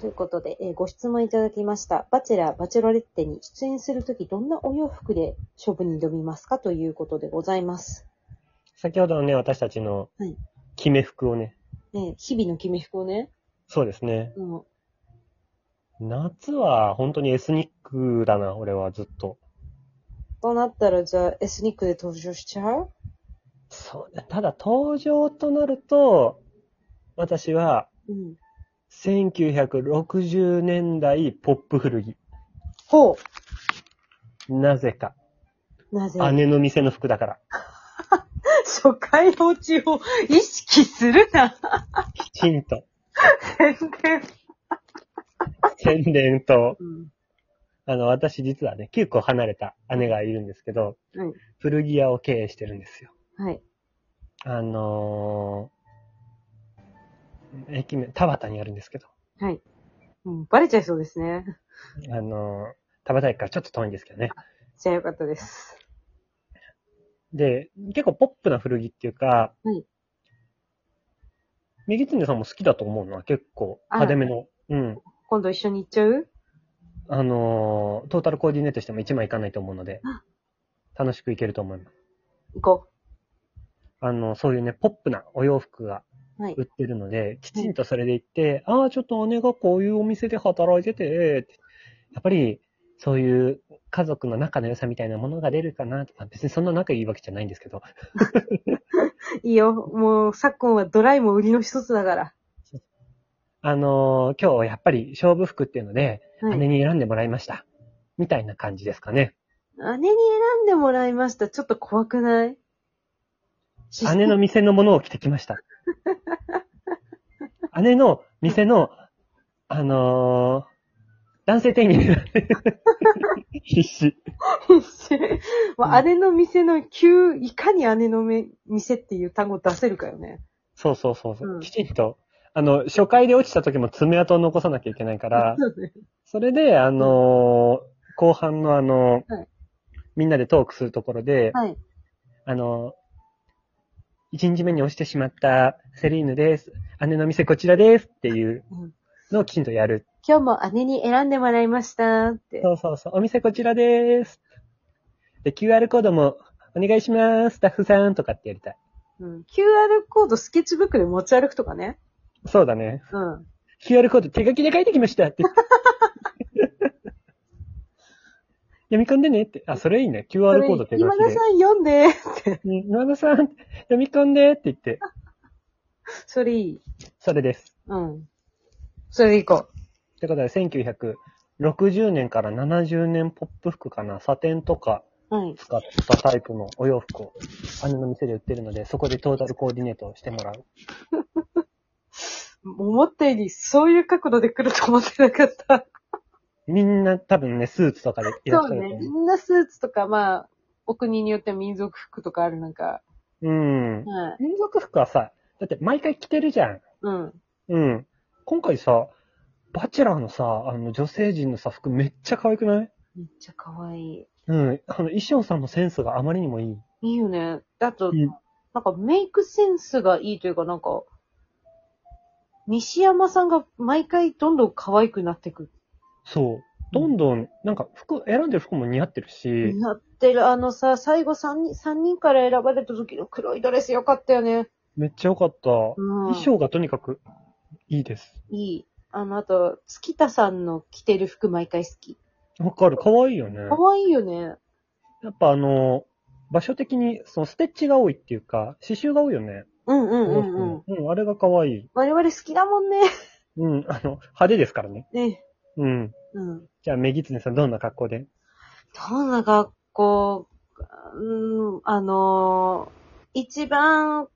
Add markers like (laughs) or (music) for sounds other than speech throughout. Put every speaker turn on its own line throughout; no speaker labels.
ということで、えーご質問いただきました。バチェラー、バチェロレッテに出演するとき、どんなお洋服で勝負に挑みますかということでございます。
先ほどのね、私たちの
はい、
決め服をね、
えー日々の決め服をね、
そうですね。
うん、
夏は本当にエスニックだな、俺はずっと。
となったら、じゃあ、エスニックで登場しちゃう
そうね。ただ登場となると、私は
うん。
1960年代ポップ古着。
ほ
なぜか。
うなぜ
姉の店の服だから。
(laughs) 初回放置を意識するな、
きちんと、
全然。
宣伝と、
うん。
あの、私実はね、9個離れた姉がいるんですけど、
はい
古着屋を経営してるんですよ。
はい。
あのー、駅名、田端にあるんですけど、
はい。うん、バレちゃいそうですね。
あのー、田端駅からちょっと遠いんですけどね。
じゃあよかったです。
で、結構ポップな古着っていうか、
はい
右つねさんも好きだと思うのは結構派手めの、うん。
今度一緒に行っちゃう
あのー、トータルコーディネートしても1枚いかないと思うので
あ、
楽しくいけると思います。
行こ
あの、そういうね、ポップなお洋服
う。
が
はい
売。ってるので、きちんとそれで行って、ああ、ちょっと姉がこういうお店で働いてて、ってやっぱり、そういう家族の仲の良さみたいなものが出るかなとか、別にそんな仲いいわけじゃないんですけど、
いいよ。もう、昨今はドライも売りの一つだから。
あのー今日はやっぱり勝負服っていうので、
はい。
姉に選んでもらいました。みたいな感じです
(laughs)
かね。
姉に選んでもらいました。ちょっと怖くないシステム
姉の店のものを着てきました。姉の店の、あのー男性店員に
(laughs)
なって、必死。
(laughs) まあ、姉の店の急、いかに姉のめ店っていう単語を出せるかよね。
そうそうそうそう、
うん
きちんと。あの、初回で落ちた時も爪痕を残さなきゃいけないから、
そうね
それで、あのー後半のあのー
はい
みんなでトークするところで、
(laughs) はい。
あのー、1日目に落ちてしまったセリーヌです。姉の店こちらですっていう
うん
のをきちんとやる。
今日も姉に選んでもらいましたって。
そうそうそう、お店こちらです。で、QR コードもお願いします、スタッフさんとかってやりたい。
うん、QR コードスケッチブックで持ち歩くとかね。
そうだね。
うん。
QR コード手書きで書いてきました (laughs) って。読み込んでねって。あ、それいいね。QR コード手書
今
き
田
で
さ。ん読んで。 (laughs)
うん今田さん、読み込んでって言って。
それいい。
それです。
うん。それでいこう。
ってことで、1960年から70年ポップ服かな。サテンとか
はい。
使ったタイプのお洋服を、姉の店で売ってるので、そこでトータルコーディネートをしてもらう。
思ったより、そういう角度で来ると思ってなかった。
みんな多分ね、スーツとかでいらっ
そ
し
う
ゃると
ね。
思う。
みんなスーツとか、まあ、お国によっては民族服とかあるなんか。
うん。
はい。
民族服はさ、だって毎回着てるじゃん。
うん。
うん。今回さ、バチェラーのさ、あの、女性陣のさ、服めっちゃ可愛くない
めっちゃ可愛い。
うん。あの、衣装さんのセンスがあまりにもいい。
いいよね。だと、
うん
なんかメイクセンスがいいというか、なんか、西山さんが毎回どんどん可愛くなってく。
そう。どんどん、なんか服、選んでる服も似合ってるし、
なってる。あのさ、最後3人、三人から選ばれた時の黒いドレスよかったよね。
めっちゃ良かった。
うん。
衣装がとにかくいいです。
いい。あの、あと、月田さんの着てる服毎回好き。
わかる。可愛いよね。
可愛いよね。
やっぱあの、場所的に、そのステッチが多いっていうか、刺繍が多いよね。
うんうんう
洋
ん
服
うん
も。うん、あれが可愛い。
我々好きだもんね。
うん、あの、派手ですからね。
ね。
うん。
うん。
じゃあ、メギツネさん、どんな格好で
どんな学校、うん、あのー一番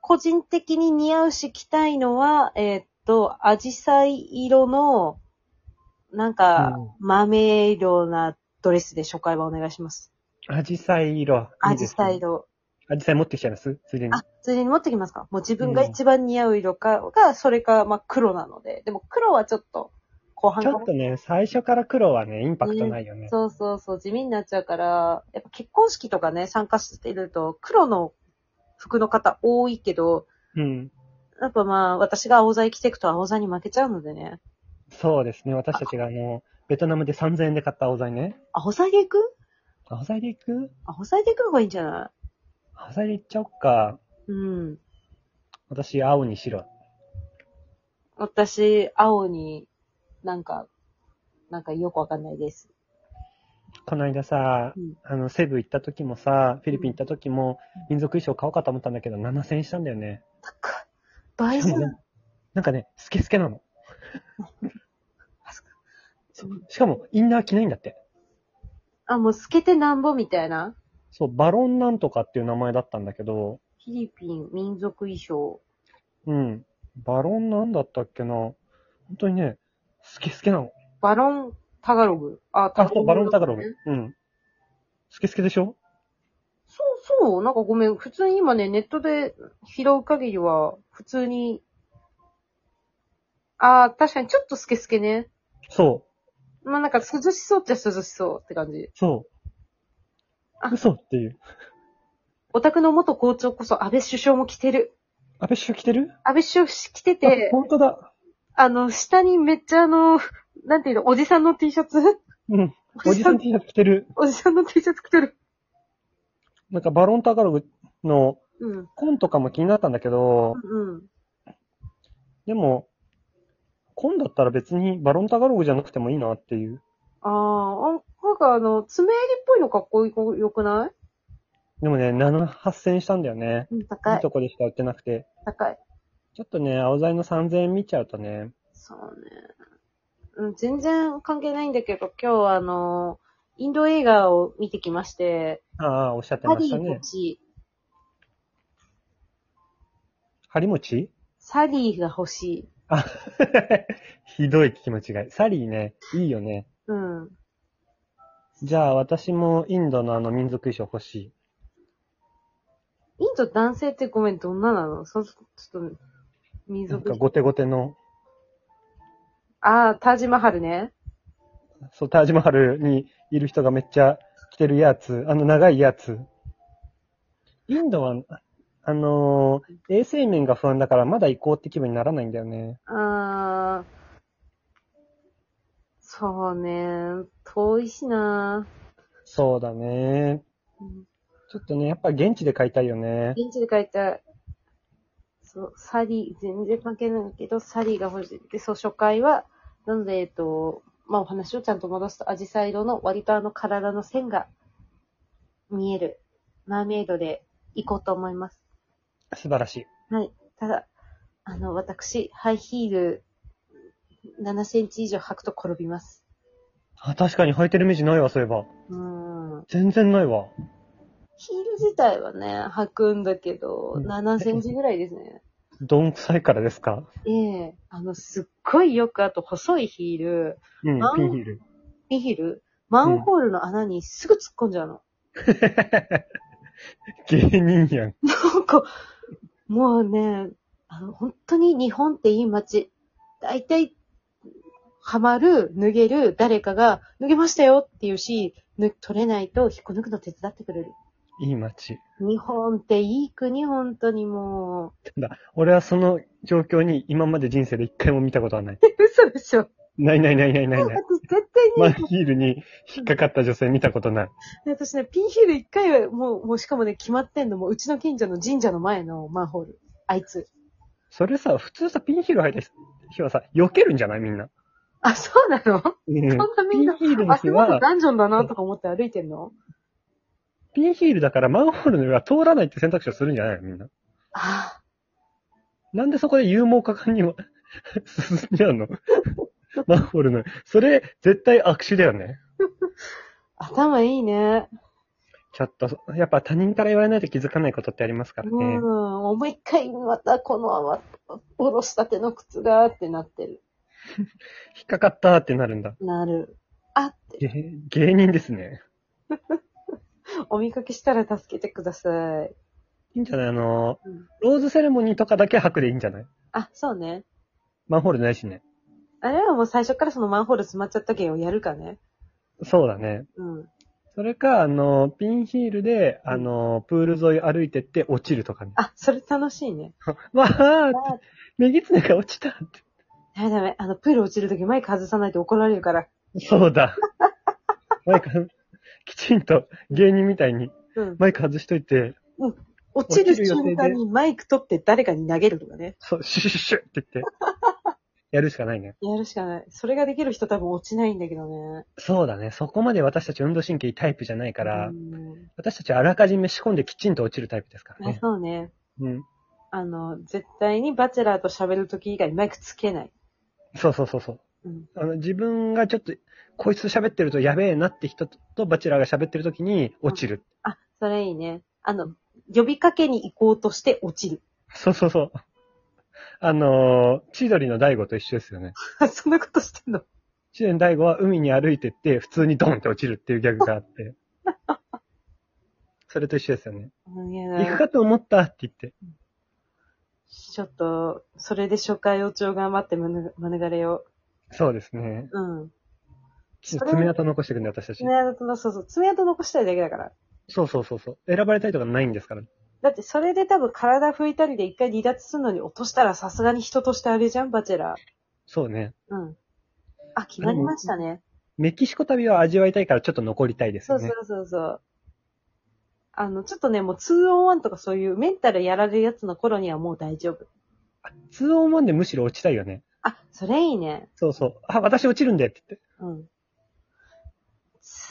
個人的に似合うし着たいのは、えーっと、アジサイ色の、なんか、豆色なドレスで初回はお願いします。
アジサイ色。
アジサイ
いいですね。
色。
アジサイ持ってきちゃいますついでに。
あ、ついでに持ってきますかもう自分が一番似合う色か、が、それか、まあ黒なので。でも黒はちょっと、後半
ち
か
ょ
も
っとね、最初から黒はね、インパクトないよね。
そうそうそう、地味になっちゃうから、やっぱ結婚式とかね、参加してると、黒の服の方多いけど、
うん。
やっぱまあ、私が青剤着てくと青剤に負けちゃうのでね。
そうですね。私たちがあの、ベトナムで3000円で買ったアオザイね。
アホサイで行く
アオザイで行く
アホサイで行くのがいいんじゃな
アオザイで行っちゃおっか。
いうん。
私、青に白。
私、青に、なんか、なんかよくわかんないです。
この間さ、
うん
あの、セブ行った時もさ、フィリピン行った時も
うん、
民族衣装買おうかと思ったんだけど、7000円したんだよね。
高い。倍じゃ
でも
ん
ね。なんかね、スケスケなの。
そう
しかも、インナー着ないんだって。
(laughs) あ、もう透けてなんぼみたいな。
そう、バロンなんとかっていう名前だったんだけど、
フィリピン民族衣装。
うん。バロンなんだったっけな。本当にね、スケスケなの。
バロンタガログ。あ、
あ、そう、バロンタガロ
ね
グ。うん。スケスケでしょ
そうそう。なんかごめん。普通に今ね、ネットで拾う限りは、普通に。ああ、確かにちょっとスケスケね。
そう。
まあなんか涼しそうっちゃ涼しそうって感じ。
そう。
あ
嘘っていう。
オタクの元校長こそ安倍首相も着てる。
安倍首相着てる
安倍首相着てて
あ、本当だ。
あの、下にめっちゃあの、なんていうの、おじさんの T シャツ
うん。おじさん T シャツ着てる。
おじさんの T シャツ着てる。
なんかバロンタガログの
うん。
紺とかも気になったんだけど、
うん。
でも、紺だったら別にバロンタガログじゃなくてもいいなっていう。
ああ、あなんかあの、爪襟っぽいのかっこいいよくな
でもね、7、8000円したんだよね。
いうん、
い
高
い
い。
とこでしか売ってなくて。
高い。
ちょっとね、青材の3000円見ちゃうとね、
そうね。うん、全然関係ないんだけど、今日はあの、インド映画を見てきまして、
ああ、おっしゃって
ハ
ま
リ
した
ー
ね
た。ち、
ハリモチ (laughs)
サリーが欲しい。
ひどい気持ちがいい。サリーね、いいよね。
うん。
じゃあ私もインドのあの民族衣装欲しい。
インド男性ってごめん、どんななのそ、ちょっと、民
なん
族
か。ゴテゴテの、
ああ、タージマハルね。
そう、タージマハルにいる人がめっちゃ着てるやつ、あの長いやつ。インドは、あのー衛生面が不安だからまだ行こうって気分にならないんだよね。
ああ、そうね。遠いしな。
そうだね。
うん
ちょっとね、やっぱ現地で買いたいよね。
現地で書いた、そう、サリー、全然関係ないけど、サリーが欲しい。で、そう、初回は、なので、えっと、まあ、お話をちゃんと戻すと、アジサイ色の割とあの体の線が見える、マーメイドで行こうと思います。
素晴らしい。
はい。ただ、あの、私、ハイヒール、7センチ以上履くと転びます。
あ、確かに履いてるイメージないわ、そういえば。
うーん。
全然ないわ。
ヒール自体はね、履くんだけど、
うん
7センチぐらいですね。
どんくさいからですか
ええあの、すっごいよく、あと細いヒール、
うん
あ、ー
ピンヒール。
ビヒール、マンホールの穴にすぐ突っ込んじゃうの。
芸人やん。
なんか、もうね、あの、本当に日本っていい街。大体、はまる、脱げる、誰かが、脱げましたよっていうし、ぬ取れないと引っこ抜くの手伝ってくれる。
いい街。
日本っていい国、本当にも
俺はその状況に今まで人生で一回も見たことはない。
う。 (laughs) 嘘でしょ。
ないないないないないない。
私絶対
マンヒールに引っかかった女性見たことない。
に、私ね、ピンヒール一回は、もう、もうしかもね、決まってんの、もううちの近所の神社の前のマンホール。あいつ。
それさ、普通さ、ピンヒール履いた日はさ、避けるんじゃないみんな。
あ、そうなの
(laughs) うん。
そんなみ
ピ
ん
ン
な、
ヒールの
あ、
日
すごく
は、
ダンジョンだなとか思って歩いてんの
ピンヒールだからマンホールの上は通らないって選択肢をするんじゃないのみんな。
あ
なんでそこで勇猛果敢にも (laughs) 進んじゃうのマンホールの上。それ、絶対悪手だよね。
あ、頭いいね。
ちょっと、やっぱ他人から言われないと気づかないことってありますから
う
ね
ん。。もう一回またこのまま、おろしたての靴がってなってる。
引っかかったってなるんだ。
なる。あ、
芸芸人ですね。
お見かけしたら助けてください。
いいんじゃないあの
うん、
ローズセレモニーとかだけ白でいいんじゃない
あ、そうね。
マンホールないしね。
あれはもう最初からそのマンホール詰まっちゃった芸をやるかね。
そうだね。
うん。
それか、あの、ピンヒールで、あの、プール沿い歩いてって落ちるとかね。
あ、それ楽しいね。
わあ
あ
メギツネが落ちたって。
ダメダメ。あの、プール落ちるときマイク外さないと怒られるから。
そう
(laughs)
だ。マイク、きちんと芸人みたいに
うん。
マイク外しといて、
落ちる
落ちる予定
瞬
で
間にマイク取って誰かに投げるとかね。
そう、シュシュシュシュって言って、やるしかないね。
やるしかない。それができる人多分落ちないんだけどね。
そうだね。そこまで私たち運動神経いいタイプじゃないから、
うん
私たちはあらかじめ仕込んできちんと落ちるタイプですから
あ
ね。
そうね。
うん。
あの、絶対にバチェラーと喋るとき以外マイクつけない。
そうそうそうそう。
うん。
あの自分がちょっと、こいつと喋ってるとやべえなって人とバチェラーが喋ってる時に落ちる。
あ、それいいね。あの、呼びかけに行こうとして落ちる。 (laughs)
そうそうそう。あのー、千鳥の大悟と一緒ですよね。
あそんなことしてんの
千鳥の大悟は海に歩いてって、普通にドンって落ちるっていうギャグが
(laughs)
あって。それと一緒ですよね。
うんいや
行くかと思ったって言って。
ちょっと、それで初回予兆が待ってむぬ免れよ
そうですね。
う。うん。それ
爪痕残していくんで、私たち
爪。痕の、そうそう、爪痕残したいだけだから。
そうそうそうそう。選ばれたいとかないんですから。
だってそれで多分体拭いたりで一回離脱するのに落としたらさすがに人としてあれじゃん、バチェラ
そうね。
ー。うん。あ、決まりましたね。
メキシコ旅は味わいたいからちょっと残りたいです
そ
よ
うそ
ね。
うそうそう。あの、ちょっとね、もう 2on1 とかそういうメンタルやられるやつの頃にはもう大丈夫。
2 on 1でむしろ落ちたいよね。
あ、それいいね。
そうそう。あ、私落ちるんでって言って。
う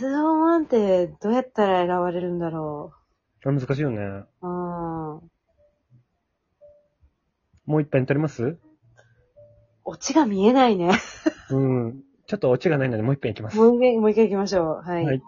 ん。2on1 ってどうやったら選ばれるんだろ
これ難しいよね。
う。うん。
もう一杯に取ります
オチが見えないね。
(laughs) うん。ちょっと落ちがないのでもう一杯いきます。
もう一回、もう一回行きましょう。はい。
はい